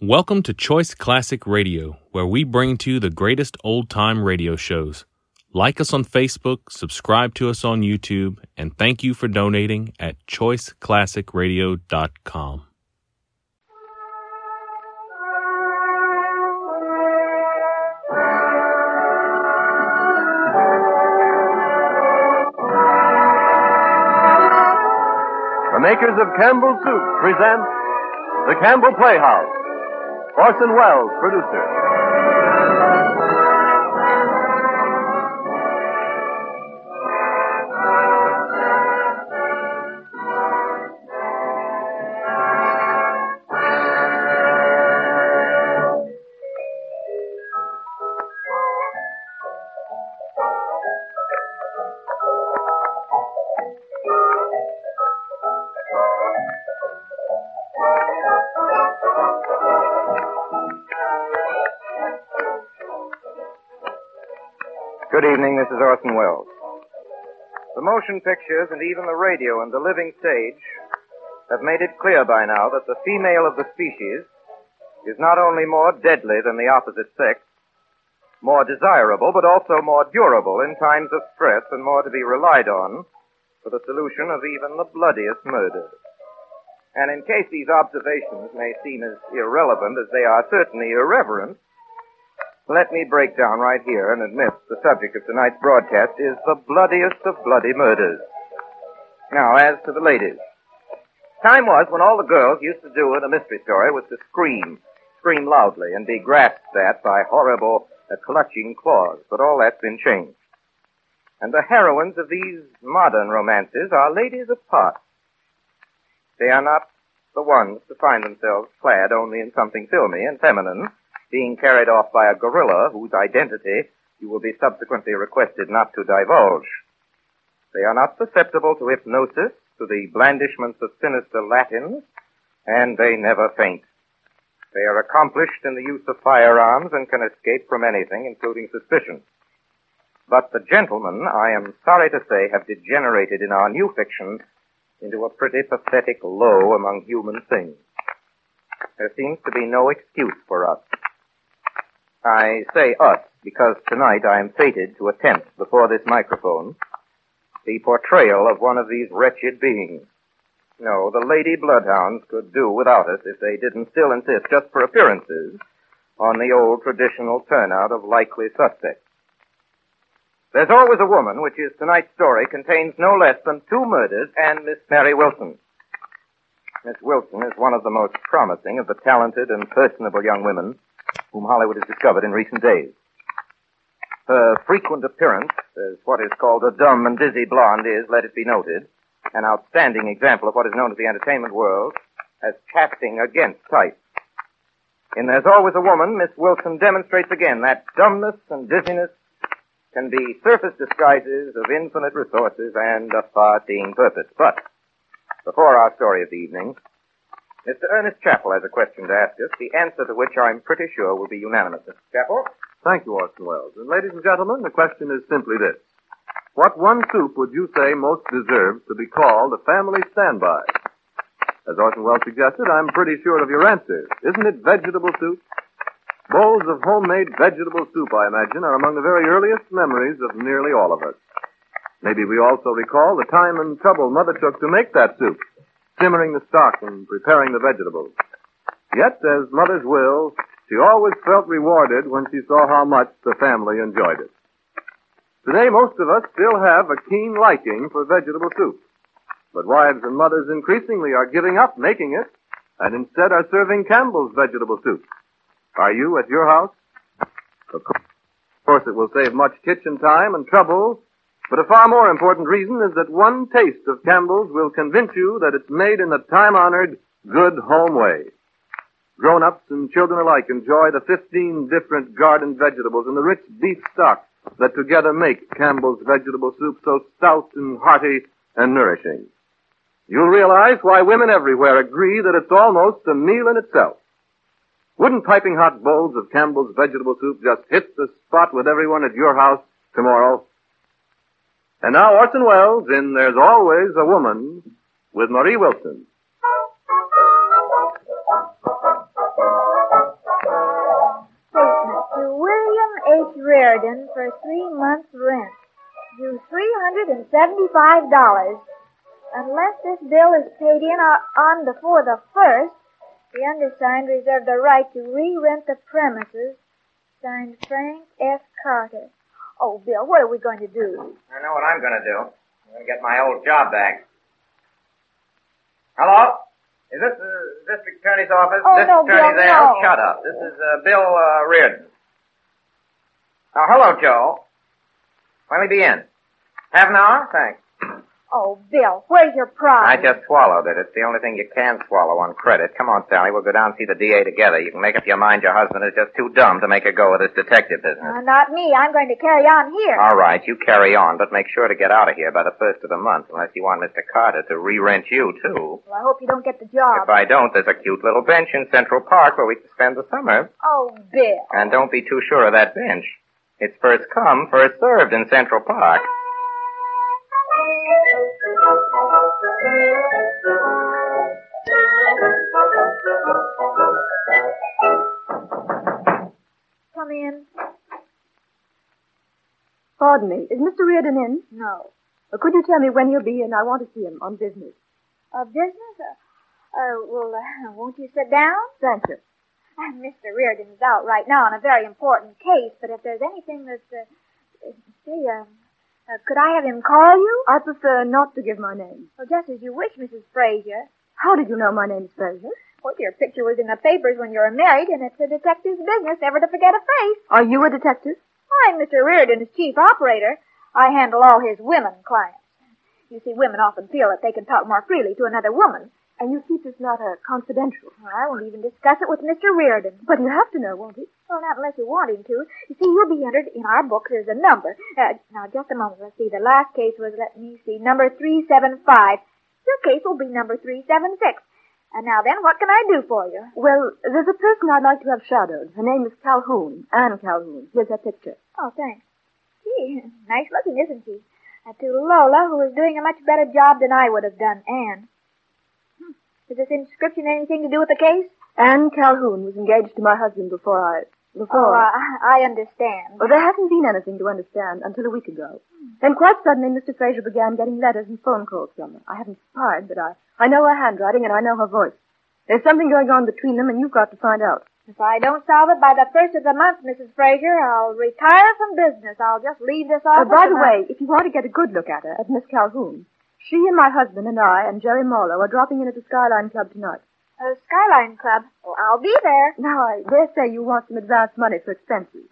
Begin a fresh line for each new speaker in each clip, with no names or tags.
Welcome to Choice Classic Radio, where we bring to you the greatest old time radio shows. Like us on Facebook, subscribe to us on YouTube, and thank you for donating at choiceclassicradio.com.
The makers of Campbell Soup present The Campbell Playhouse. Orson Welles, producer.
Good evening. This is Orson Welles. The motion pictures and even the radio and the living stage have made it clear by now that the female of the species is not only more deadly than the opposite sex, more desirable, but also more durable in times of stress and more to be relied on for the solution of even the bloodiest murder. And in case these observations may seem as irrelevant as they are certainly irreverent, let me break down right here and admit the subject of tonight's broadcast is the bloodiest of bloody murders. Now, as to the ladies. Time was when all the girls used to do in a mystery story was to scream, scream loudly, and be grasped at by horrible, uh, clutching claws. But all that's been changed. And the heroines of these modern romances are ladies apart. They are not the ones to find themselves clad only in something filmy and feminine, being carried off by a gorilla whose identity you will be subsequently requested not to divulge. They are not susceptible to hypnosis, to the blandishments of sinister Latin, and they never faint. They are accomplished in the use of firearms and can escape from anything, including suspicion. But the gentlemen, I am sorry to say, have degenerated in our new fiction into a pretty pathetic low among human things. There seems to be no excuse for us. I say us because tonight I am fated to attempt before this microphone the portrayal of one of these wretched beings. No, the lady bloodhounds could do without us if they didn't still insist, just for appearances, on the old traditional turnout of likely suspects. There's Always a Woman, which is tonight's story, contains no less than two murders and Miss Mary Wilson. Miss Wilson is one of the most promising of the talented and personable young women whom Hollywood has discovered in recent days. Her frequent appearance as what is called a dumb and dizzy blonde is, let it be noted, an outstanding example of what is known to the entertainment world as casting against type. In There's Always a Woman, Miss Wilson demonstrates again that dumbness and dizziness can be surface disguises of infinite resources and a far-seeing purpose. But before our story of the evening, Mr. Ernest Chappell has a question to ask us, the answer to which I'm pretty sure will be unanimous. Mr. Chappell?
Thank you, Orson Welles. And ladies and gentlemen, the question is simply this. What one soup would you say most deserves to be called a family standby? As Orson Welles suggested, I'm pretty sure of your answer. Isn't it vegetable soup? Bowls of homemade vegetable soup, I imagine, are among the very earliest memories of nearly all of us. Maybe we also recall the time and trouble Mother took to make that soup, simmering the stock and preparing the vegetables. Yet, as Mother's will, she always felt rewarded when she saw how much the family enjoyed it. Today, most of us still have a keen liking for vegetable soup. But wives and mothers increasingly are giving up making it and instead are serving Campbell's vegetable soup. Are you at your house? Of cour- of course, it will save much kitchen time and trouble, but a far more important reason is that one taste of Campbell's will convince you that it's made in the time honored, good home way. Grown ups and children alike enjoy the 15 different garden vegetables and the rich beef stock that together make Campbell's vegetable soup so stout and hearty and nourishing. You'll realize why women everywhere agree that it's almost a meal in itself. Wouldn't piping hot bowls of Campbell's vegetable soup just hit the spot with everyone at your house tomorrow? And now Orson Welles in There's Always a Woman with Marie Wilson.
seventy-five dollars. Unless this bill is paid in o- on before the first, the undersigned reserve the right to re-rent the premises. Signed Frank F. Carter. Oh, Bill, what are we going to do?
I know what I'm going to do. I'm going to get my old job back. Hello? Is this the district attorney's office?
Oh,
district
no,
attorney
Bill,
there?
no.
Shut up. This is uh, Bill uh, Reardon. Oh, hello, Joe. Let me be in. Half an hour? Thanks.
Oh, Bill, where's your pride?
I just swallowed it. It's the only thing you can swallow on credit. Come on, Sally. We'll go down and see the DA together. You can make up your mind your husband is just too dumb to make a go of this detective
Uh,
business.
not me. I'm going to carry on here.
All right, you carry on, but make sure to get out of here by the first of the month, unless you want Mr. Carter to re-rent you, too.
well, I hope you don't get the
If
job.
I don't, there's a cute little bench in Central Park where we can spend the summer.
Oh, Bill.
And don't be too sure of that bench. It's first come, first served in Central Park.
Come in.
Pardon me. Is Mr. Reardon in?
No.
Or could you tell me when he'll be in? I want to see him on business.
Uh, business? Uh, uh, well, uh, won't you sit down?
Thank you.
Uh, Mr. Reardon is out right now on a very important case, but if there's anything that's, uh, uh, say, um, uh, could I have him call you?
I prefer not to give my name.
Well, just as you wish, Mrs. Frazier.
How did you know my name's Fraser?
Well, your picture was in the papers when you were married, and it's a detective's business never to forget a face.
Are you a detective?
I'm Mr. Reardon's chief operator. I handle all his women clients. You see, women often feel that they can talk more freely to another woman.
And you keep this matter confidential.
Well, I won't even discuss it with Mr. Reardon.
But he'll have to know, won't he?
Well, not unless you want him to. You see, he'll be entered in our books as a number. Uh, now, just a moment. Let's see. The last case was, let me see, number 375. Your case will be number 376. And now then, what can I do for you?
Well, there's a person I'd like to have shadowed. Her name is Calhoun. Anne Calhoun. Here's her picture.
Oh, thanks. Gee, nice looking, isn't she? Uh, to Lola, who is doing a much better job than I would have done, Anne. Hmm. Is this inscription anything to do with the case?
Anne Calhoun was engaged to my husband before I...
Oh,
Before... I.
I, I understand.
Well, there hasn't been anything to understand until a week ago.
Hmm.
Then quite suddenly, Mr. Fraser began getting letters and phone calls from her. I haven't spied, but I, I know her handwriting and I know her voice. There's something going on between them, and you've got to find out.
If I don't solve it by the first of the month, Mrs. Fraser, I'll retire from business. I'll just leave this
Oh,
office.
by the
and I-
way, if you want to get a good look at her, at Miss Calhoun, she and my husband and I and Jerry Marlowe are dropping in at the Skyline Club tonight.
Uh, Skyline Club. Well, I'll be there.
Now, I dare say you want some advance money for expenses.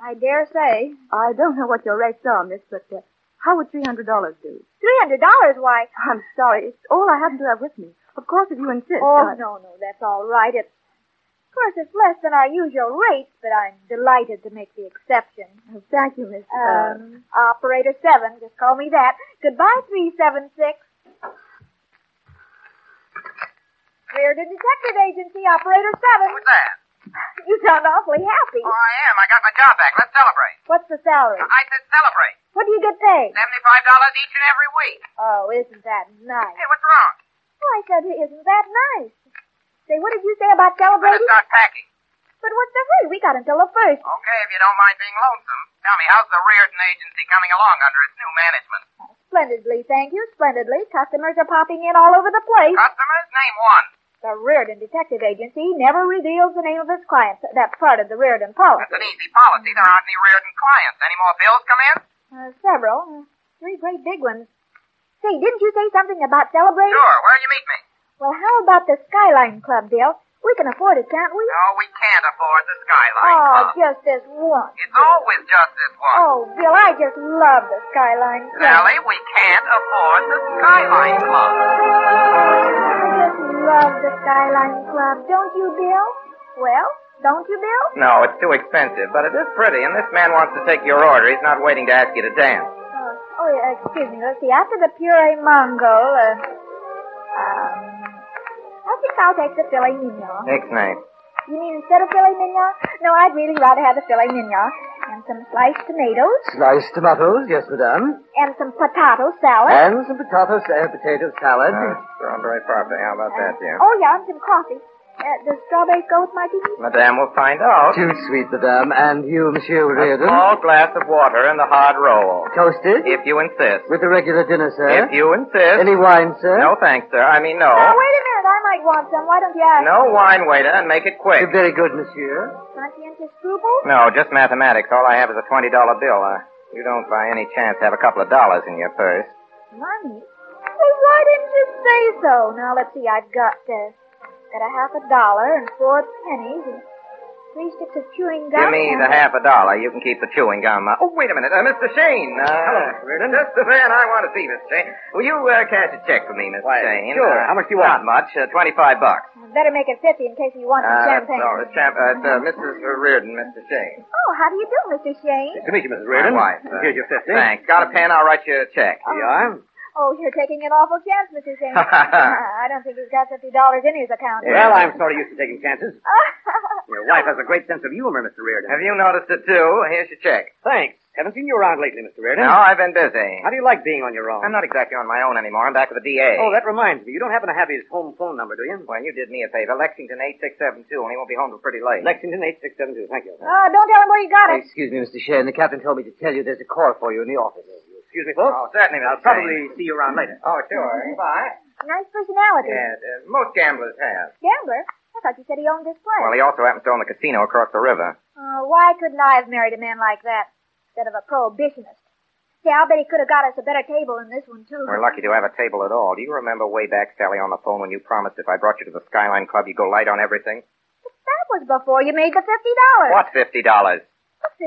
I dare say.
I don't know what your rates are, miss, but uh, how would $300 do?
Three hundred dollars? Why?
I'm sorry. It's all I happen to have with me. Of course, if you insist.
Oh
I-
no, no, that's all right. It's, of course, it's less than our usual rates, but I'm delighted to make the exception.
Thank you, Miss. uh,
Um, operator seven, just call me that. Goodbye, three seven six. Reardon Detective Agency, Operator seven.
What's that?
You sound awfully happy.
Oh, I am. I got my job back. Let's celebrate.
What's the salary?
I said celebrate.
What do you get
$75
paid?
each and every week.
Oh, isn't that nice?
Hey, what's wrong?
Oh, I said, isn't that nice? Say, what did you say about
Better
celebrating?
start packing.
But what's the hurry? We got until the first.
Okay, if you don't mind being lonesome, tell me, how's the Reardon Agency coming along under its new management?
Splendidly, thank you. Splendidly. Customers are popping in all over the place.
Customers? Name one.
The Reardon Detective Agency never reveals the name of its clients. That's part of the Reardon policy.
That's an easy policy. There aren't any Reardon clients. Any more bills come in?
Uh, several. Uh, Three great big ones. Say, didn't you say something about celebrating?
Sure. Where'll you meet me?
Well, how about the Skyline Club, Bill? We can afford it, can't we?
No, we can't afford the Skyline
Oh,
Club.
just this once.
It's always just this one.
Oh, Bill, I just love the Skyline Club.
Sally, we can't afford the Skyline Club.
I just love the Skyline Club, don't you, Bill? Well, don't you, Bill?
No, it's too expensive, but it is pretty, and this man wants to take your order. He's not waiting to ask you to dance.
Oh, oh yeah, excuse me. Let's see. After the puree mango, uh, um, I think I'll take the filet mignon.
Nick's name.
You mean instead of filet mignon? No, I'd really rather have the filet mignon and some sliced tomatoes
Sliced tomatoes, yes, madame.
and some potato salad.
And some potato, uh, potato salad.
strawberry parfait. How about that, dear?
oh yeah, and some coffee. Uh, does strawberry go with martini?
Madame will find out.
Too sweet, madame. And you, Monsieur
A
Reardon?
small glass of water and the hard roll.
Toasted?
If you insist.
With the regular dinner, sir?
If you insist.
Any wine, sir?
No, thanks, sir. I mean, no.
Now, wait a minute. I might want some. Why don't you ask?
No wine, waiter, and make it quick.
You're very good, monsieur.
Conscientious scruples?
No, just mathematics. All I have is a $20 bill. Uh, you don't, by any chance, have a couple of dollars in your purse.
Money? Well, why didn't you say so? Now, let's see. I've got, uh, got a half a dollar and four pennies and three sticks of chewing gum.
Give me
and-
the half a dollar. You can keep the chewing gum. Uh, oh, wait a minute. Uh, Mr. Shane. Uh,
Hello, Mr. Reardon.
Just the man I want to see, Mr. Shane. Will you uh, cash a check for me, Mr.
Why,
Shane?
sure.
Uh,
How much do you want?
Not much. Uh, 25 bucks.
Better make it 50 in case you want some
Uh,
champagne.
No, it's, champ- uh, it's uh, Mrs. Reardon, Mr. Shane.
Oh, how do you do, Mr. Shane?
Nice to meet you, Mrs.
My wife. uh,
Here's your 50.
Thanks. Got a pen? I'll write you a check.
Here you are.
Oh, you're taking an awful chance, Mr. Shane. I don't think he's got $50 in his account.
Yeah.
Well, I'm sorry you're taking chances. Your wife has a great sense of humor, Mr. Reardon.
Have you noticed it too? Here's your check.
Thanks. Haven't seen you around lately, Mr. Reardon.
No, I've been busy.
How do you like being on your own?
I'm not exactly on my own anymore. I'm back with the DA.
Oh, that reminds me. You don't happen to have his home phone number, do you?
Well, you did me a favor. Lexington 8672, and he won't be home till pretty late.
Lexington 8672. Thank you.
Oh, don't tell him where you got it.
Excuse me, Mr. Shane. The captain told me to tell you there's a call for you in the office. Excuse me, folks.
Oh, certainly, Mr.
I'll probably see you around later.
Oh, sure. Bye.
Nice personality.
Yeah, uh, most gamblers have.
Gambler? I thought you said he owned this place.
Well, he also happens to own the casino across the river.
Oh, why couldn't I have married a man like that instead of a prohibitionist? Say, I'll bet he could have got us a better table than this one, too.
We're lucky to have a table at all. Do you remember way back, Sally, on the phone when you promised if I brought you to the Skyline Club, you'd go light on everything?
That was before you made the $50.
What, $50?
The $50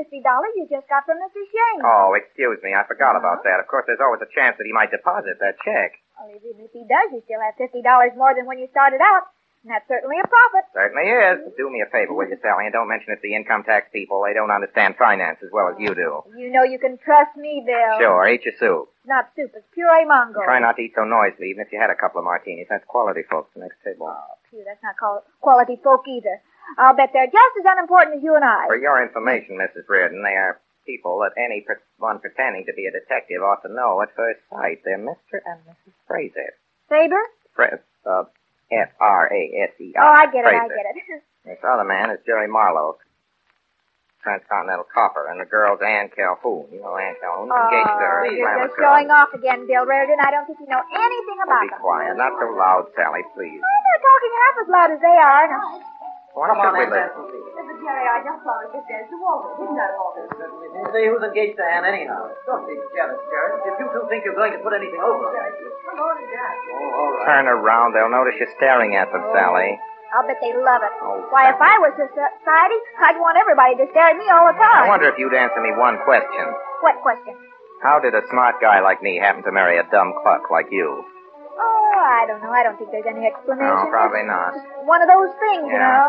you just got from Mr. Shane.
Oh, excuse me. I forgot about that. Of course, there's always a chance that he might deposit that check.
Well, even if he does, you still have $50 more than when you started out. And that's certainly a profit.
Certainly is. But do me a favor, will you, Sally, and don't mention it to the income tax people. They don't understand finance as well as you do.
You know you can trust me, Bill.
Sure, eat your soup.
It's not soup, it's puree mango.
Try not to eat so noisily, even if you had a couple of martinis. That's quality, folks. The next table.
Oh, Phew, that's not called quality folk either. I'll bet they're just as unimportant as you and I.
For your information, Mrs. Reardon, they are people that any per- one pretending to be a detective ought to know at first sight. They're Mr. and Mrs. Fraser.
Faber?
Fra- uh, F-R-A-S-E-R.
Oh, I get it, I
E Fraser.
get it.
This other man is Jerry Marlowe, transcontinental copper, and the girl's Ann Calhoun. You know Ann Calhoun? engaged to her.
Oh, you're
glamour
just
girl.
showing off again, Bill Reardon. I don't think you know anything about
Be
them.
quiet. Not so loud, Sally, please.
Why they're talking half as loud as they are. And...
Why should we listen?
Mr. Jerry, I just saw it. There's the Walter. Didn't I, Walter?
Say who's engaged to Anne anyhow. Don't be jealous, Jared. If you two think you're going to put anything over us. Oh, all right.
Turn around. They'll notice you staring at them, Sally.
I'll bet they love it.
Oh,
Why, if I was society, I'd want everybody to stare at me all the
I
time.
wonder if you'd answer me one question.
What question?
How did a smart guy like me happen to marry a dumb cluck like you?
Oh, I don't know. I don't think there's any explanation.
No, probably not.
It's one of those things, you
Yeah.
know.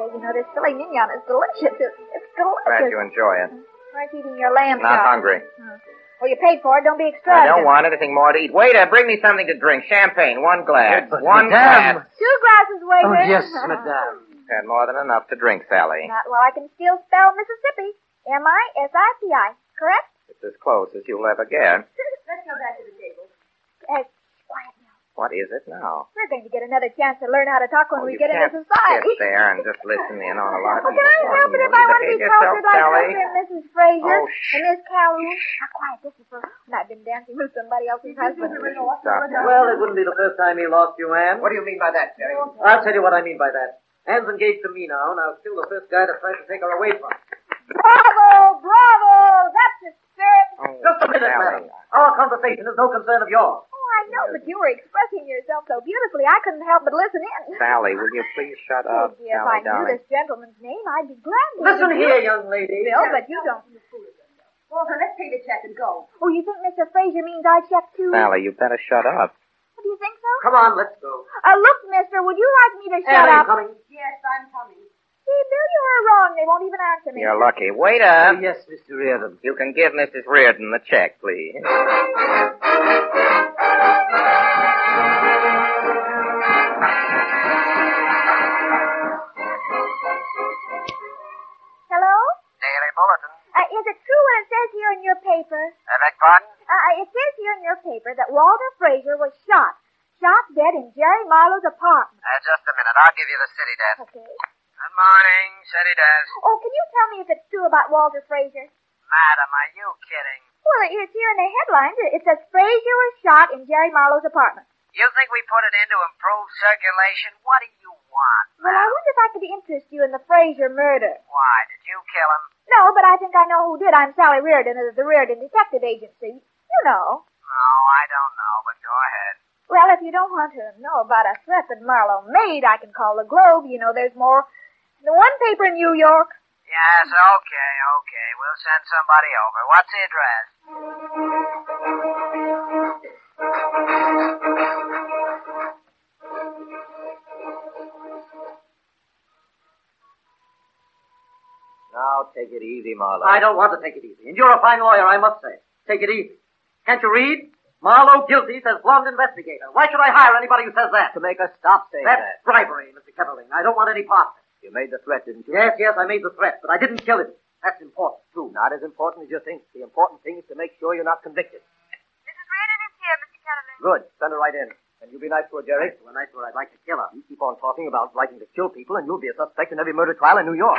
Say, you know, this filet mignon is delicious. It's, it's
Glad
delicious.
you enjoy it.
Aren't you eating your lamb
Not
chop?
hungry.
Well, you paid for it. Don't be
I
extravagant.
don't want anything more to eat. Waiter, bring me something to drink. Champagne, one glass.
But
one
Madame-
glass.
Two glasses,
Oh,
waiter.
yes, madame.
Had more than enough to drink, Sally.
Not while I can still spell Mississippi. M-I-S-I-P-I. Correct?
It's as close as you'll ever get.
Let's go back to the table. Uh, quiet now.
What is it now?
We're going to get another chance to learn how to talk when
Oh,
we
you
get into
can't
society.
Sit there and just listen in on a lot of
Well,
people.
can I help it if I want to be
Behave yourself,
cultured like
Sally.
Mr. and Mrs. Fraser
Oh, shh.
and Miss Calhoun? Now, quiet. This is for when I've been dancing with somebody else's husband.
Stop now.
Well, it wouldn't be the first time he lost you, Anne.
do you mean by that, Jerry?
Oh.
I'll tell you what I mean by that. Anne's engaged to me now, and I was still the first guy to try to take her away from. her.
Bravo! Bravo! That's the spirit.
Oh.
Just a minute, madam. Our conversation is no concern of yours.
Oh, I know, but you were expressing yourself so beautifully, I couldn't help but listen in.
Sally, will you please shut up?
Oh, dear, if I
Sally,
knew
darling.
this gentleman's name, I'd be glad to.
Listen here, young lady.
Bill, but you don't.
Walter, let's pay the check and go.
Oh, you think Mr. Fraser means I check too?
Sally, you better shut up.
Do you think so?
Come on, let's go.
Uh, look, mister, would you like me to shut
Anne, are you
up?
coming?
Yes, I'm coming.
See, Bill, you were wrong. They won't even answer me.
You're lucky. Waiter,
Uh, yes, Mr. Reardon.
you can give Mrs. Reardon the check, please.
Hello?
Daily Bulletin.
Uh, is it true what it says here in your paper?
I beg pardon?
Uh, it says here in your paper that Walter Fraser was shot. Shot dead in Jerry Marlowe's apartment.
Uh, just a minute. minute. I'll give you the city, Dad.
Okay.
Good morning, city, Dad.
Oh, can you tell me if it's true about Walter Frazier?
Madam, are you kidding?
Well, it- it's here in the headlines. It it says Frazier was shot in Jerry Marlowe's apartment.
You think we put it in to improve circulation? What do you want?
Well, I wonder if I could interest you in the Frazier murder.
Why, did you kill him?
No, but I think I know who did. I'm Sally Reardon of the Reardon Detective Agency. You know.
No, I don't know, but go ahead.
Well, if you don't want to know about a threat that Marlowe made, I can call the Globe. You know, there's more than one paper in New York.
Yes, okay, okay. We'll send somebody over. What's the address?
Now take it easy, Marlowe.
I don't want to take it easy. And you're a fine lawyer, I must say. Take it easy. Can't you read? Marlowe guilty says blonde investigator. Why should I hire anybody who says that?
to make us stop saying
That's
that.
bribery, Mr. Ketterling. I don't want any part. of it.
You made the threat, didn't you?
Yes, yes, I made the threat, but I didn't kill him. That's important, too.
Not as important as you think. The important thing is to make sure you're not convicted.
Mrs. Reardon is here, Mr. Kellerman.
Good. Send her right in. And you be nice to her, Jerry.
Well, that's where I'd like to kill her.
You keep on talking about liking to kill people, and you'll be a suspect in every murder trial in New York.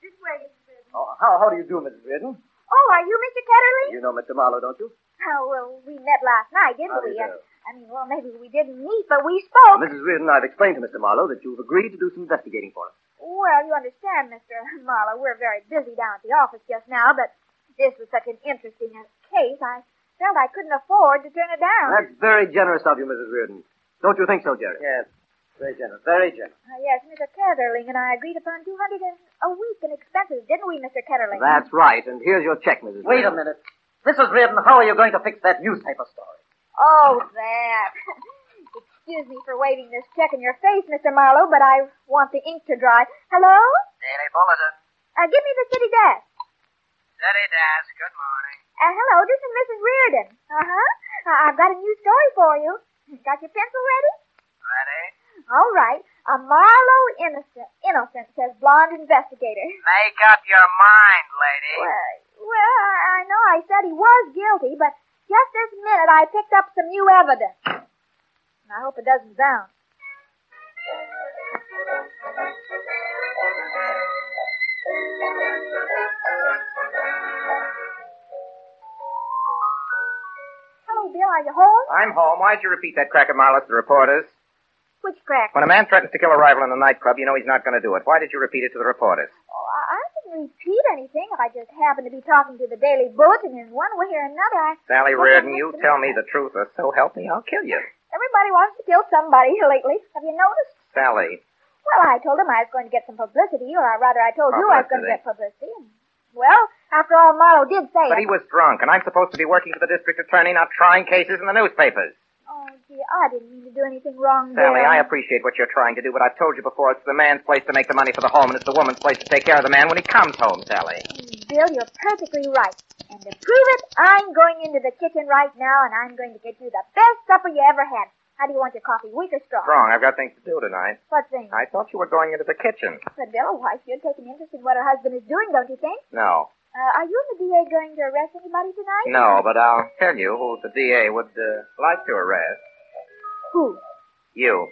This way, Mrs. Reardon.
Oh, how, how do you do, Mrs. Reardon?
Oh, are you Mr. Ketterling?
You know Mr. Marlowe, don't you?
Oh, well, we met last night, didn't
How do
we?
you
And-
do?
I mean, well, maybe we didn't meet, but we spoke.
Mrs. Uh, Reardon, I've explained to Mr. Marlowe that you've agreed to do some investigating for us.
Well, you understand, Mr. Marlowe, we're very busy down at the office just now, but this was such an interesting uh, case, I felt I couldn't afford to turn it down.
That's very generous of you, Mrs. Reardon. Don't you think so, Jerry?
Yes. Very generous. Very generous.
Uh, yes, Mr. Ketterling and I agreed upon 200 in, a week in expenses, didn't we, Mr. Ketterling?
That's right. And here's your check, Mrs.
Wait a
Reardon.
minute. Mrs. Reardon, how are you going to fix that newspaper story?
Oh, that. Excuse me for waving this check in your face, Mr. Marlowe, but I want the ink to dry. Hello?
Daily Bulletin.
Uh, give me the city desk.
City desk. Good morning.
Uh, hello, this is Mrs. Reardon. Uh-huh. I- I've got a new story for you. Got your pencil ready?
Ready?
All right. A Marlowe innocent, innocent, says blonde investigator.
Make up your mind, lady.
Well, well, I I know I said he was guilty, but just this minute I picked up some new evidence. And I hope it doesn't bounce. Hello, Bill. Are you home?
I'm home. Why'd you repeat that cracker, Marlowe, to the reporters?
Which crack?
When a man threatens to kill a rival in a nightclub, you know he's not going to do it. Why did you repeat it to the reporters?
Oh, I I didn't repeat anything. I just happened to be talking to the Daily Bulletin, and one way or another, I
Sally
Well,
Reardon,
then
you
listen.
tell me the truth, or so help me, I'll kill you.
Everybody wants to kill somebody lately. Have you noticed?
Sally,
Well, I told him I was going to get some publicity, or rather, I told you I was going to
Publicity.
get publicity. And, well, after all, Marlowe did say
But he
it.
was drunk, and I'm supposed to be working for the district attorney, not trying cases in the newspapers.
Oh, gee, I didn't mean to do anything wrong there.
Sally, I appreciate what you're trying to do, but I've told you before, it's the man's place to make the money for the home, and it's the woman's place to take care of the man when he comes home, Sally.
Bill, you're perfectly right. And to prove it, I'm going into the kitchen right now, and I'm going to get you the best supper you ever had. How do you want your coffee, weak or strong?
Wrong, I've got things to do tonight.
What thing?
I thought you were going into the kitchen.
But Bill, a wife should take an interest in what her husband is doing, don't you think?
No.
Uh, are you and the DA going to arrest anybody tonight?
No, but I'll tell you who the DA would uh, like to arrest.
Who?
You.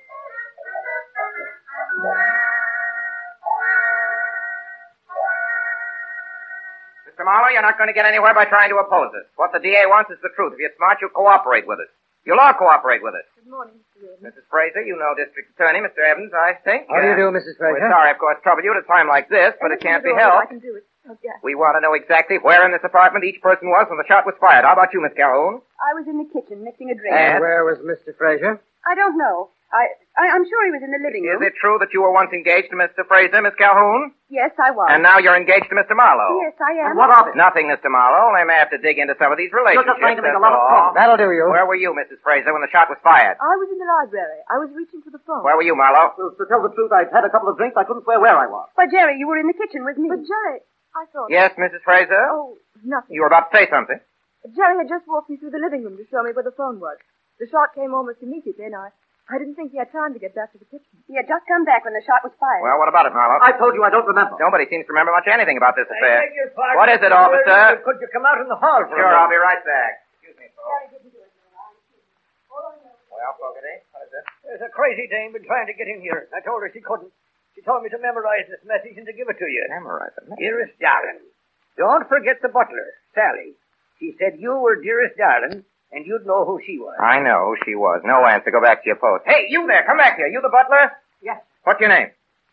Mr. Marlowe, you're not going to get anywhere by trying to oppose us. What the DA wants is the truth. If you're smart, you'll cooperate with us. You'll all cooperate with us.
Good morning, Mr. Reardon.
Mrs. Fraser, you know District Attorney, Mr. Evans, I think.
How do you
uh,
do, Mrs. Fraser?
We're sorry, of course, to trouble you at a time like this, but it can't
Anything at
be
all that I
helped.
can do is oh, yeah.
We want to know exactly where in this apartment each person was when the shot was fired. How about you, Miss Calhoun?
I was in the kitchen mixing a drink.
And
And-
where was Mr. Fraser?
I don't know. I, I I'm sure he was in the living
Is
room.
it true that you were once engaged to Mr. Fraser, Miss Calhoun?
Yes, I was.
Eh, And now you're engaged to Mr. Marlowe.
Yes, I am.
And what of it?
Nothing, Mr. Marlowe. They may have to dig into some of these relationships.
trying to make a
that's
lot of
all.
talk.
That'll do you.
Where were you, Mrs. Fraser, when the shot was fired?
I was in the library. I was reaching for the
Oh.
phone.
Where were you, Marlowe?
To, to tell the truth, I've had a couple of drinks. I couldn't swear where I was.
But Jerry, you were in the kitchen with me.
Hmm.
But Jerry, I thought.
Yes, Mrs. Fraser?
oh, nothing.
You were about to say something.
Jerry had just walked me through the living room to show me where the phone was. The shot came almost immediately, and I, I didn't think he had time to get back to the kitchen. He had just come back when the shot was fired.
Well, what about it, Marlowe?
I told you I don't remember.
Nobody seems to remember much anything about this affair.
your pardon.
What is it, officer?
Could you come out in the hall
Sure, I'll be right back. Excuse me, folks. Well, Fogarty, what is
sir. There's a crazy dame been trying to get in here. I told her she couldn't. She told me to memorize this message and to give it to you.
Memorize it.
Dearest darling, don't forget the butler, Sally. She said you were dearest darling, and you'd know who she was.
I know who she was. No answer. Go back to your post. Hey, you there. Come back here. You the butler?
Yes.
What's your name?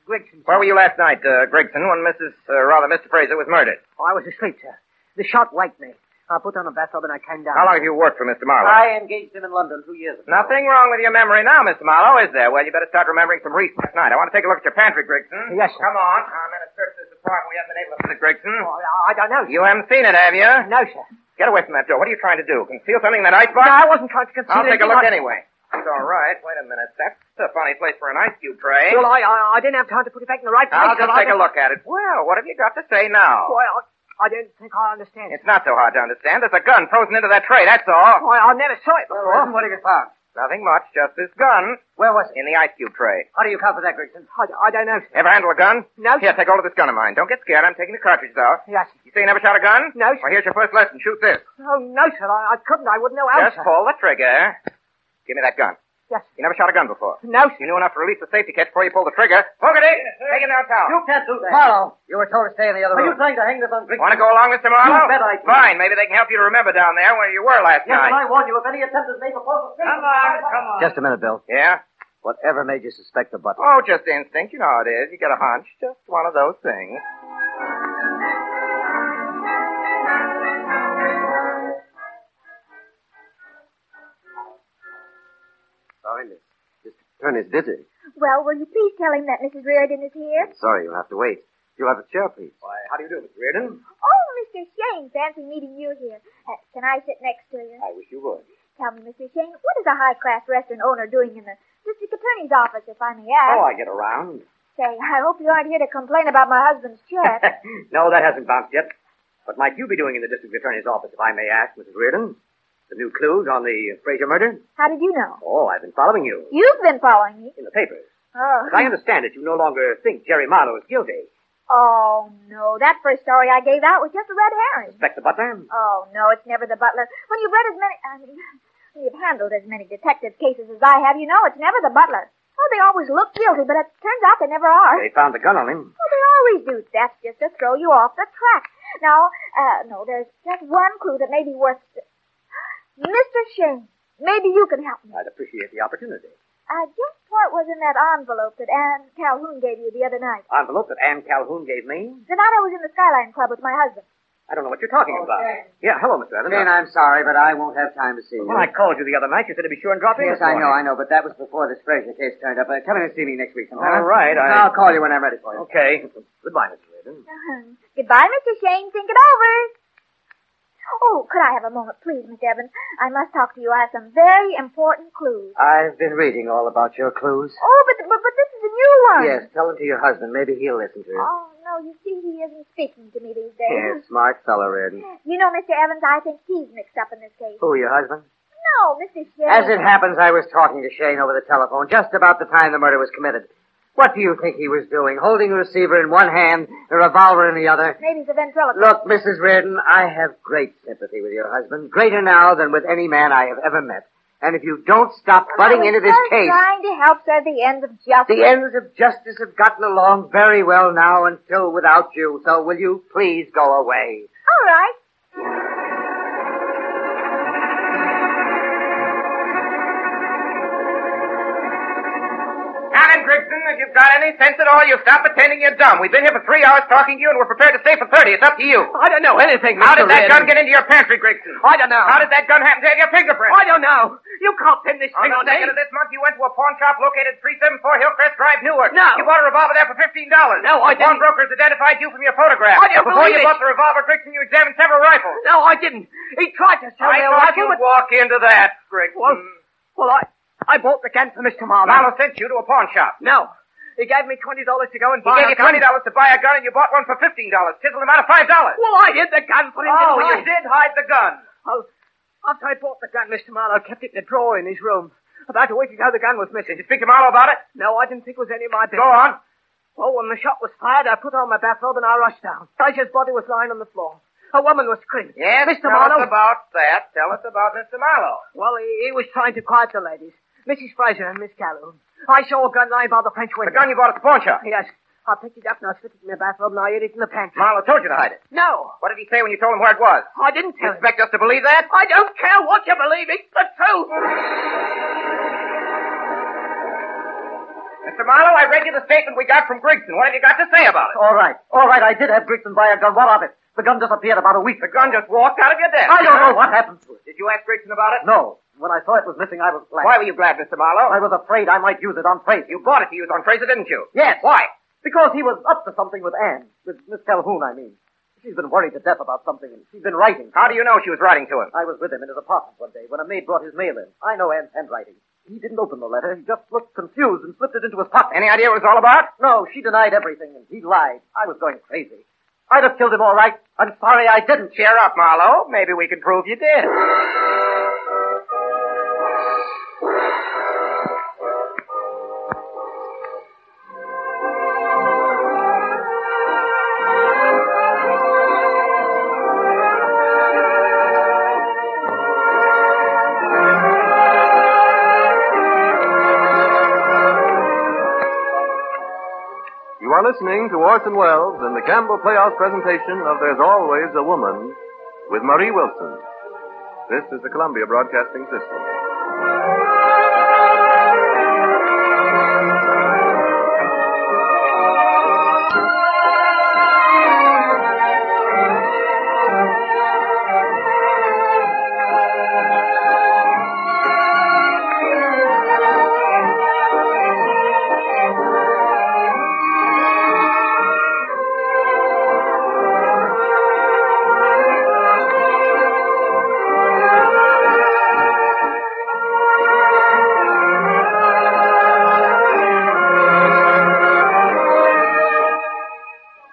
Gregson.
Where were you last night, uh, Gregson, when Mrs. Uh, rather, Mr. Fraser was murdered?
Oh, I was asleep, sir. The shot waked me. I put on a bathrobe and I came down.
How long have you worked for Mr. Marlowe?
I engaged him in London two years ago.
Nothing wrong with your memory now, Mr. Marlowe, is there? Well, you better start remembering some recent night. I want to take a look at your pantry, Gregson.
Yes, sir.
Come on. I'm in a search of this apartment. We haven't been able to find it, Gregson.
Oh, I I don't know.
You haven't seen it, have you?
No, sir.
Get away from that door. What are you trying to do? Conceal something in that icebox?
No, I wasn't trying to conceal
I'll take a
anything.
look
I-
anyway. It's all right. Wait a minute. That's a funny place for an ice cube tray.
Well, I, I, I didn't have time to put it back in the right place.
I'll
sir.
just
I
take a look at it. Well, what have you got to say now?
Oh, I, I- I don't think I understand.
It's not so hard to understand. There's a gun frozen into that tray, that's all.
Oh, I, I never saw it before.
what have you found? Nothing much, just this gun.
Where was
In the ice cube tray.
How do you account for that, Gregson? I, I don't know. sir.
Ever handle a gun?
No,
Here, take hold of this gun of mine. Don't get scared. I'm taking the cartridges out.
Yes.
You say you never shot a gun?
No, sir.
Well, here's your first lesson. Shoot this.
Oh, no, sir. I, I couldn't. I wouldn't know how.
Just
sir.
pull the trigger. Give me that gun.
Yes.
You never shot a gun before.
No, sir.
You knew enough to release the safety catch before you pulled the trigger. Fogarty, take him downtown.
can't do that.
you were told to stay in the other
Are you trying to hang this on Gregson?
Want to go along, Mr. Marlowe?
You bet I do.
Fine. Maybe they can help you to remember down there where you were last
Yes, and
night.
I warn you, if any attempt is made to force a Come on, come on.
Just a minute, Bill.
Yeah?
Whatever made you suspect the butler?
Oh, just instinct. You know how it is. You get a hunch. Just one of those things.
Sorry, miss. Mr. Turner's busy.
Well, will you please tell him that Mrs. Reardon is here?
Sorry, you'll have to wait. You'll have a chair, please.
Why, how do you do, Mr. Reardon?
Oh, Mr. Shane, fancy meeting you here. Uh, can I sit next to you?
I wish you would.
Tell me, Mr. Shane, what is a high-class restaurant owner doing in the district attorney's office, if I may ask?
Oh, I get around.
Say, I hope you aren't here to complain about my husband's check.
no, that hasn't bounced yet. What might you be doing in the district attorney's office, if I may ask, Mrs. Reardon? The new clues on the Fraser murder?
How did you know?
Oh, I've been following you
You've been following me.
in the papers.
Oh.
As I understand it, you no longer think Jerry Marlowe is guilty.
Oh, no. That first story I gave out was just a red herring.
Suspect the butler?
Oh, no, it's never the butler. When you've read as many, I mean, when you've handled as many detective cases as I have, you know it's never the butler. Oh, they always look guilty, but it turns out they never are.
They found the gun on him.
Well, they always do. That's just to throw you off the track. Now, uh, no, there's just one clue that may be worth. Mr. Shane, maybe you can help me.
I'd appreciate the opportunity.
Uh, just what was in that envelope that Anne Calhoun gave you the other night?
Envelope that Ann Calhoun gave me?
The night I was in the Skyline Club with my husband.
I don't know what you're talking about. Yeah, hello, Mr. Evans.
Jane, I'm sorry, but I won't have time to see you.
Well, I called you the other night. You said to be sure and drop in.
Yes,
this
I know, I
morning.
know, but that was before this Fraser case turned up. Uh, come in and see me next week sometime.
All right, I-
I'll call you when I'm ready for you.
Okay. Goodbye, Mr. Reardon.
Goodbye, Mr. Shane. Think it over. Oh, could I have a moment, please, Miss Evans? I must talk to you. I have some very important clues.
I've been reading all about your clues.
Oh, but, but, but this is a new one.
Yes, tell them to your husband. Maybe he'll listen to you.
Oh, no, you see, he isn't speaking to me these
Yes,
days.
smart fellow, Reardon.
You know, Mr. Evans, I think he's mixed up in this case.
Who, your husband?
No, Mr. Shane.
Oh. As it happens, I was talking to Shane over the telephone just about the time the murder was committed. What do you think he was doing? Holding a receiver in one hand, a revolver in the other?
Maybe he's a ventriloquist.
Look, Mrs. Reardon, I have great sympathy with your husband, greater now than with any man I have ever met. And if you don't stop butting
I was
into this
just
case,
trying to help serve the ends of justice.
the ends of justice have gotten along very well now until without you. So will you please go away?
All right.
Alan Gregson, if you've got any sense at all, you stop pretending you're dumb. We've been here for three hours talking to you, and we're prepared to stay for 30. It's up to you.
I don't know anything.
How did that gun get into your pantry, Gregson?
Oh, I don't know.
How did that gun happen to have your fingerprint?
I don't know. You can't pin this
On
thing
the
on me.
second of this month, you went to a pawn shop located 374 Hillcrest Drive, Newark.
No.
You bought a revolver there for $15.
No, I
The pawn
didn't.
brokers identified you from your photograph.
I don't
Before you
believe it.
bought the revolver, Gregson, you examined several rifles.
No, I didn't. He tried to sell
I
me a
thought
rifle,
you'd
but
walk into that, Gregson.
well, well, I I bought the gun for Mr. Marlowe.
Marlowe sent you to a pawn shop.
No, he gave me twenty dollars to go and
He
buy
gave
a
you $20
gun.
to buy a gun, and you bought one for $15. Chiseled him out of $5.
Well, I hid the gun for him.
oh,
didn't I?
you did hide the gun.
Oh, after I bought the gun, Mr. Marlowe kept it in a drawer in his room. About a week ago, the gun was missing.
Did you speak to Marlowe about it?
No, I didn't think it was any of my business.
Go on.
Well, when the shot was fired, I put on my bathrobe and I rushed down. Fraser's body was lying on the floor. A woman was screaming.
Yes,
Mr.
tell
Marlowe.
us about that. Tell us about Mr. Marlowe.
Well, he, he was trying to quiet the ladies.
Mrs. Fraser and Miss Calhoun. I saw a gun lying by the French window.
The gun you bought at the pawn shop?
Yes. I picked it up and I slipped it in my bathrobe and I hid it in the pantry.
Marlowe told you to hide it.
No,
What did he say when you told him where it was?
I didn't
You
tell him.
expect us to believe that?
I don't care what you believe. It's the truth.
Mr. Marlowe, I read you the statement we got from Grigson. What have you got to say about it?
All right. All right, I did have Grigson buy a gun. What of it? The gun disappeared about a week
The
ago.
gun just walked out of your desk.
I don't know what happened to it.
Did you ask Grigson about it?
No. When I saw it was missing, I was glad.
Why were you glad, Mr. Marlowe?
I was afraid I might use it on Fraser.
You bought it to use on Fraser, didn't you?
Yes.
Why?
Because he was up to something with Anne. With Miss Calhoun, I mean. She's been worried to death about something, and she's been writing.
How do you know she was writing to him?
I was with him in his apartment one day when a maid brought his mail in. I know Anne's handwriting. He didn't open the letter. He just looked confused and slipped it into his pocket.
Any idea what it was all about?
No, she denied everything, and he lied. I was going crazy. I'd have killed him all right. I'm sorry I didn't.
Cheer up, Marlowe. Maybe we can prove you did.
You are listening to Orson Welles and the Campbell Playhouse presentation of There's Always a Woman with Marie Wilson. This is the Columbia Broadcasting System.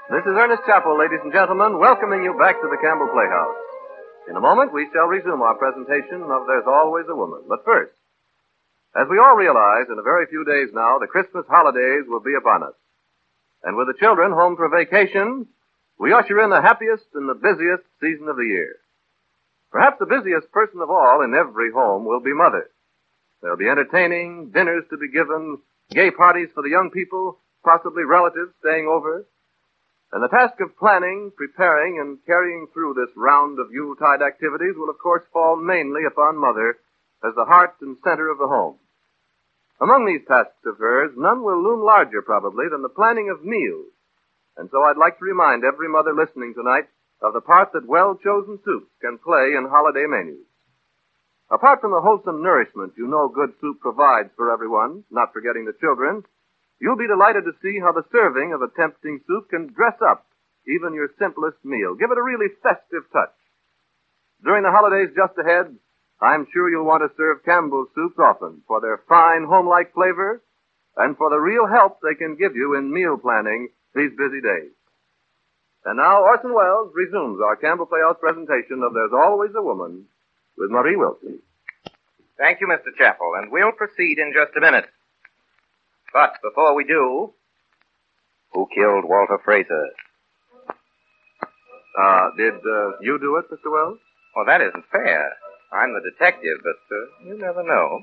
This is Ernest Chappell, ladies and gentlemen, welcoming you back to the Campbell Playhouse. In a moment, we shall resume our presentation of There's Always a Woman. But first, as we all realize, in a very few days now, the Christmas holidays will be upon us. And with the children home for vacation, we usher in the happiest and the busiest season of the year. Perhaps the busiest person of all in every home will be mother. There'll be entertaining, dinners to be given, gay parties for the young people, possibly relatives staying over. And the task of planning, preparing, and carrying through this round of Yuletide activities will, of course, fall mainly upon Mother as the heart and center of the home. Among these tasks of hers, none will loom larger, probably, than the planning of meals. And so I'd like to remind every mother listening tonight of the part that well-chosen soups can play in holiday menus. Apart from the wholesome nourishment you know good soup provides for everyone, not forgetting the children, You'll be delighted to see how the serving of a tempting soup can dress up even your simplest meal. Give it a really festive touch. During the holidays just ahead, I'm sure you'll want to serve Campbell's soups often for their fine home-like flavor and for the real help they can give you in meal planning these busy days. And now Orson Welles resumes our Campbell Playhouse presentation of There's Always a Woman with Marie Wilson.
Thank you, Mr. Chappell, and we'll proceed in just a minute. But before we do, who killed Walter Fraser?
Uh, did uh, you do it, Mr. Wells?
Well, that isn't fair. I'm the detective, but uh, you never know.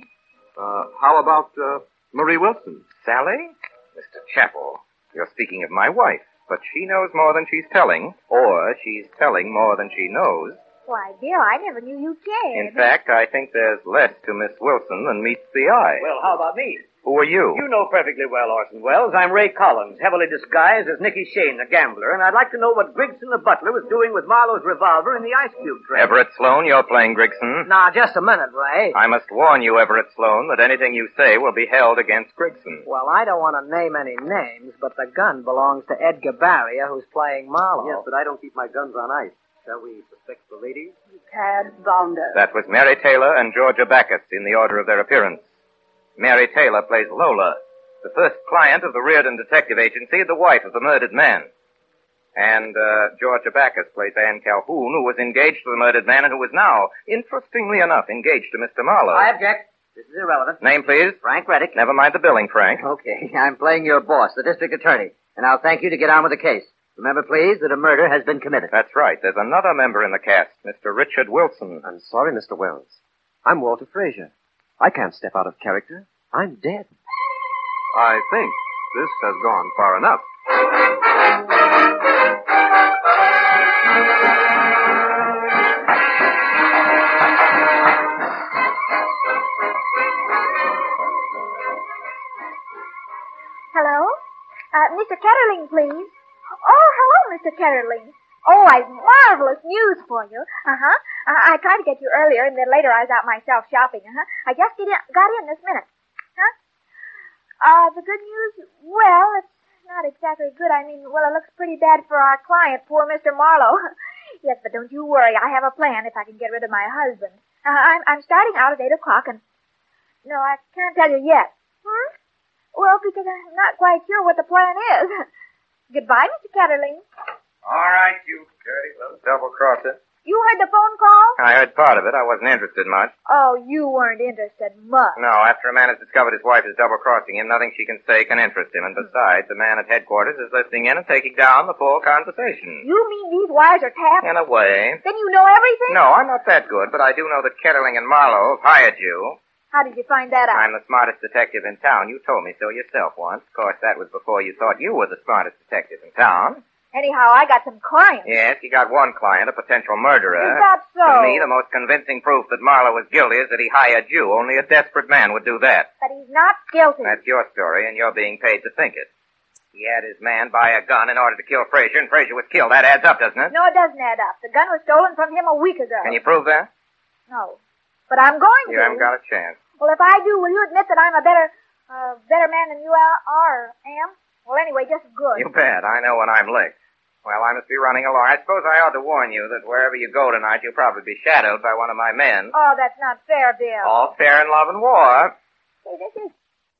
Uh, how about uh, Marie Wilson?
Sally? Mr. Chappell, you're speaking of my wife, but she knows more than she's telling, or she's telling more than she knows.
Why, Bill, I never knew you cared.
In fact, I think there's less to Miss Wilson than meets the eye.
Well, how about me?
Who are you?
You know perfectly well, Orson Welles. I'm Ray Collins, heavily disguised as Nicky Shane, the gambler, and I'd like to know what Grigson the butler was doing with Marlowe's revolver in the ice cube tray.
Everett Sloan, you're playing Grigson.
Now, just a minute, Ray.
I must warn you, Everett Sloan, that anything you say will be held against Grigson.
Well, I don't want to name any names, but the gun belongs to Edgar Barrier, who's playing Marlowe.
Yes, but I don't keep my guns on ice. Shall we suspect the lady?
Tad Bounder.
That was Mary Taylor and Georgia Backus in the order of their appearance. Mary Taylor plays Lola, the first client of the Reardon Detective Agency, the wife of the murdered man. And uh, Georgia Backus plays Anne Calhoun, who was engaged to the murdered man and who is now, interestingly enough, engaged to Mr. Marlowe.
I object. This is irrelevant.
Name, please.
Frank Reddick.
Never mind the billing, Frank.
Okay, I'm playing your boss, the district attorney, and I'll thank you to get on with the case. Remember, please, that a murder has been committed.
That's right. There's another member in the cast, Mr. Richard Wilson.
I'm sorry, Mr. Wells. I'm Walter Fraser.
I can't step out of character. I'm dead.
I think this has gone far enough.
Hello? Uh, Mr. Ketterling, please. Oh, hello, Mr. Ketterling. Oh, I've marvelous news for you. Uh-huh. Uh, I tried to get you earlier, and then later I was out myself shopping. Uh-huh. I just get in, got in this minute. Huh? Uh, the good news? Well, it's not exactly good. I mean, well, it looks pretty bad for our client, poor Mr. Marlowe. yes, but don't you worry. I have a plan if I can get rid of my husband. Uh, I'm, I'm starting out at 8 o'clock, and... No, I can't tell you yet. Hmm? Well, because I'm not quite sure what the plan is. Goodbye, Mr. Ketterling.
All right, you dirty little double crosser.
You heard the phone call?
I heard part of it. I wasn't interested much.
Oh, you weren't interested much.
No, after a man has discovered his wife is double crossing him, nothing she can say can interest him. And besides, the man at headquarters is listening in and taking down the full conversation.
You mean these wires are tapped?
In a way.
Then you know everything?
No, I'm not that good, but I do know that Kettling and Marlowe have hired you.
How did you find that out?
I'm the smartest detective in town. You told me so yourself once. Of course, that was before you thought you were the smartest detective in town.
Anyhow, I got some clients.
Yes, you got one client, a potential murderer.
Is that so?
To me, the most convincing proof that Marlowe was guilty is that he hired you. Only a desperate man would do that.
But he's not guilty.
That's your story, and you're being paid to think it. He had his man buy a gun in order to kill Frazier, and Frazier was killed. That adds up, doesn't it?
No, it doesn't add up. The gun was stolen from him a week ago.
Can you prove that?
No. But I'm going
You
to.
haven't got a chance.
Well, if I do, will you admit that I'm a better, uh, better man than you are, or am? Well, anyway, just good.
You bet. I know when I'm licked. Well, I must be running along. I suppose I ought to warn you that wherever you go tonight, you'll probably be shadowed by one of my men.
Oh, that's not fair, Bill.
All fair in love and war.
Say, this is,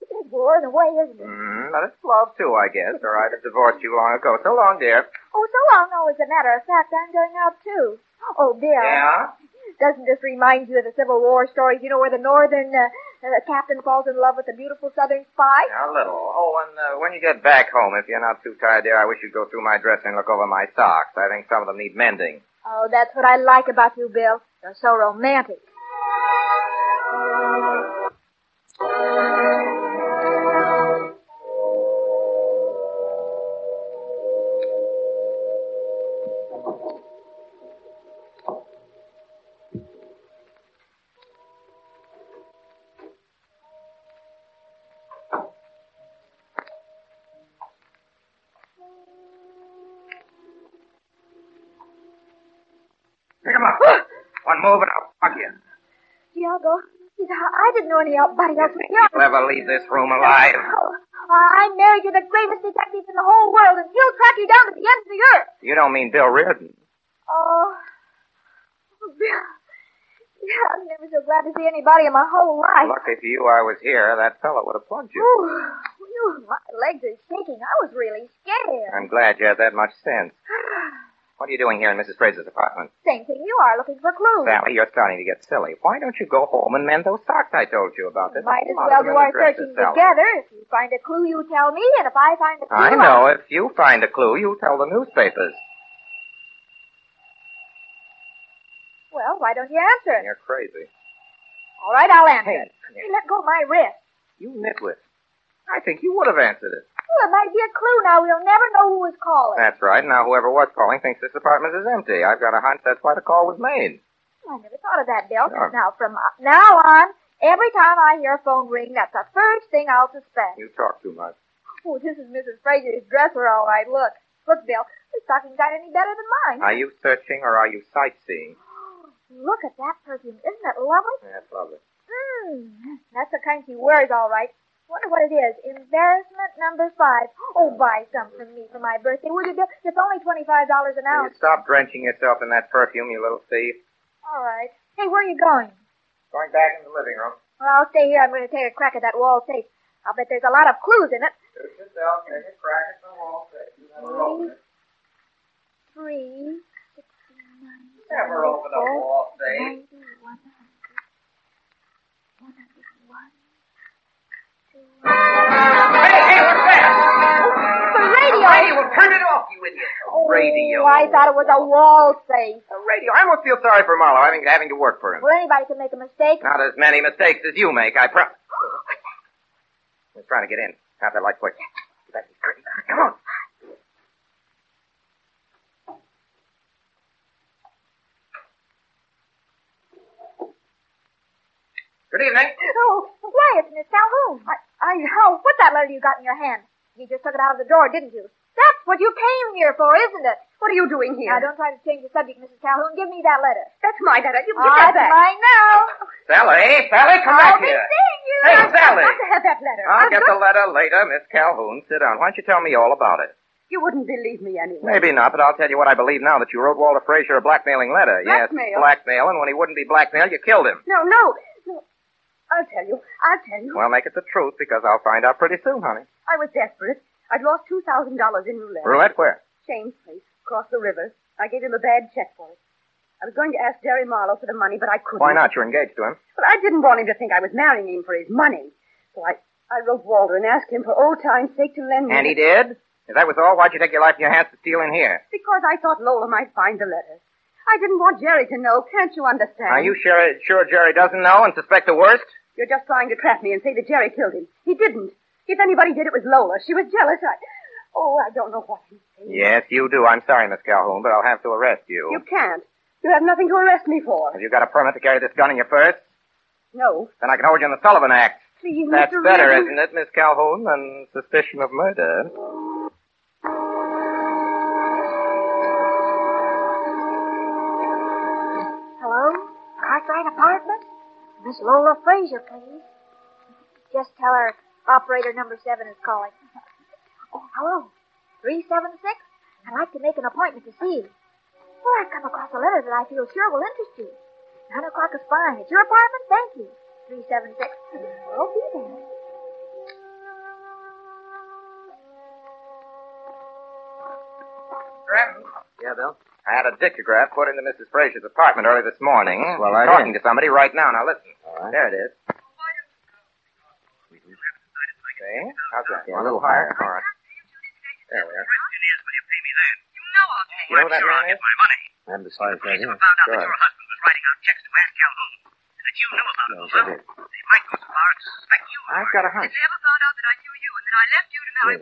this is war in a way, isn't it?
Mm, but it's love, too, I guess, or I'd have divorced you long ago. So long, dear.
Oh, so long. No, as a matter of fact, I'm going out, too. Oh, Bill.
Yeah?
Doesn't this remind you of the Civil War stories, you know, where the northern uh, uh, captain falls in love with a beautiful southern spy?
A little. Oh, and uh, when you get back home, if you're not too tired, dear, I wish you'd go through my dresser and look over my socks. I think some of them need mending.
Oh, that's what I like about you, Bill. You're so romantic.
Pick 'em up. One move and I'll fuck you.
Diego, geez, I I didn't know anybody else. You
You'll never leave this room alive.
I'm married to the greatest detective in the whole world, and he'll track you down to the ends of the earth.
You don't mean Bill Reardon.
Oh, oh, Bill. Yeah, I'm never so glad to see anybody in my whole life.
Lucky for you I was here. That fellow would have plugged you.
Ooh, whew, my legs are shaking. I was really scared.
I'm glad you had that much sense. What are you doing here in Mrs. Fraser's apartment?
Same thing you are, looking for clues.
Sally, you're starting to get silly. Why don't you go home and mend those socks I told you about? There's a
Might as
whole lot
well
of them
do
in the dresser, Sally.
our searching together. If you find a clue, you tell me, and if I find a clue,
I know. If you find a clue, you tell the newspapers.
Well, why don't you answer it?
You're crazy.
All right, I'll answer
Hey,
it. Hey, let go of my wrist.
You nitwit. I think you would have answered it.
Well, it might be a clue now. We'll never know who was calling.
That's right. Now, whoever was calling thinks this apartment is empty. I've got a hunch that's why the call was made.
I never thought of that, Bill.
Sure.
Now, from uh, now on, every time I hear a phone ring, that's the first thing I'll suspect.
You talk too much.
Oh, this is Mrs. Frazier's dresser, all right. Look. Look, Bill. Her stockings aren't any better than mine.
Are you searching or are you sightseeing?
Look at that perfume. Isn't it lovely?
That's lovely.
Hmm. That's the kind she wears, all right. Wonder what it is. Embarrassment number five. Oh, buy some for me for my birthday, will you, Bill? It's only $25 an
Will
ounce.
you stop drenching yourself in that perfume, you little thief?
All right. Hey, where are you going?
Going back in the living room.
Well, I'll stay here. I'm going to take a crack at that wall safe. I'll bet there's a lot of clues in it.
Suit yourself. Take a crack at the wall. You never open it.
Three, six, nine,
Never open a
four,
wall safe.
ninety, one hundred, one hundred and one.
Hey, hey, what's that?
The radio!
Hey, well, turn it off, you idiot.
Oh,
radio.
I thought it was a wall safe. A
radio. I almost feel sorry for Marlowe having, having to work for him.
Well, anybody can make a mistake.
Not as many mistakes as you make, I promise. He's trying to get in. Not that light quick. Get back to the curtain. Come on. Good evening.
Oh, why, it's Miss Calhoun. I, I, oh, what's that letter you got in your hand? You just took it out of the drawer, didn't you? That's what you came here for, isn't it?
What are you doing here?
Now, don't try to change the subject, Mrs. Calhoun. Give me that letter.
That's my letter. You
Oh,
give that
it's
back.
mine now.
Sally, Sally, come
I'll
back
be
here.
seeing you.
Hey,
I've got-
Sally.
I've got to have that letter.
I'll
I've
get
got-
the letter later, Miss Calhoun. Sit down. Why don't you tell me all about it?
You wouldn't believe me anyway.
Maybe not, but I'll tell you what I believe now that you wrote Walter Frazier a blackmailing letter. Yes,
Blackmail?
blackmail, and when he wouldn't be blackmailed, you killed him.
No, no, no. I'll tell you. I'll tell you.
Well, make it the truth, because I'll find out pretty soon, honey.
I was desperate. I'd lost two thousand dollars in roulette.
Roulette where?
Shane's place, across the river. I gave him a bad check for it. I was going to ask Jerry Marlowe for the money, but I couldn't.
Why not? You're engaged to him.
Well, I didn't want him to think I was marrying him for his money. So I, I wrote Walter and asked him for old time's sake to lend me.
And he did? If that was all, why'd you take your life in your hands to steal in here?
Because I thought Lola might find the letter. I didn't want Jerry to know. Can't you understand?
Are you sure, sure Jerry doesn't know and suspect the worst?
You're just trying to trap me and say that Jerry killed him. He didn't. If anybody did, it was Lola. She was jealous. I, oh, I don't know what.
Yes, you do. I'm sorry, Miss Calhoun, but I'll have to arrest you.
You can't. You have nothing to arrest me for.
Have you got a permit to carry this gun in your purse?
No,
Then I can hold you in the Sullivan Act.
please,
That's
Mr.
better,
Reardon.
isn't it, Miss Calhoun, than suspicion of murder?
Hello? Cartwright Apartment? Miss Lola Frazier, please. Just tell her operator number seven is calling. Oh, hello. 376? I'd like to make an appointment to see you. Well, I've come across a letter that I feel sure will interest you. Nine o'clock is fine. It's your apartment? Thank you. 376. I'll be there.
Yeah, Bill? I had a dictograph put into Mrs. Frazier's apartment early this morning.
Well, I
She's talking
did.
to somebody right now. Now, listen. There it is. See? How's that?
Yeah, Mm-hmm. a little higher.
All right. There we are.
You know I'll pay.
You know who that man is?
I haven't decided that yet.
found out that
Good.
your husband was writing out checks to Ann Calhoun, and that you knew about it.
Yes, I did.
They might go so far as to suspect you.
I've got a hunch.
If they ever found out that I knew you and that I left you to marry...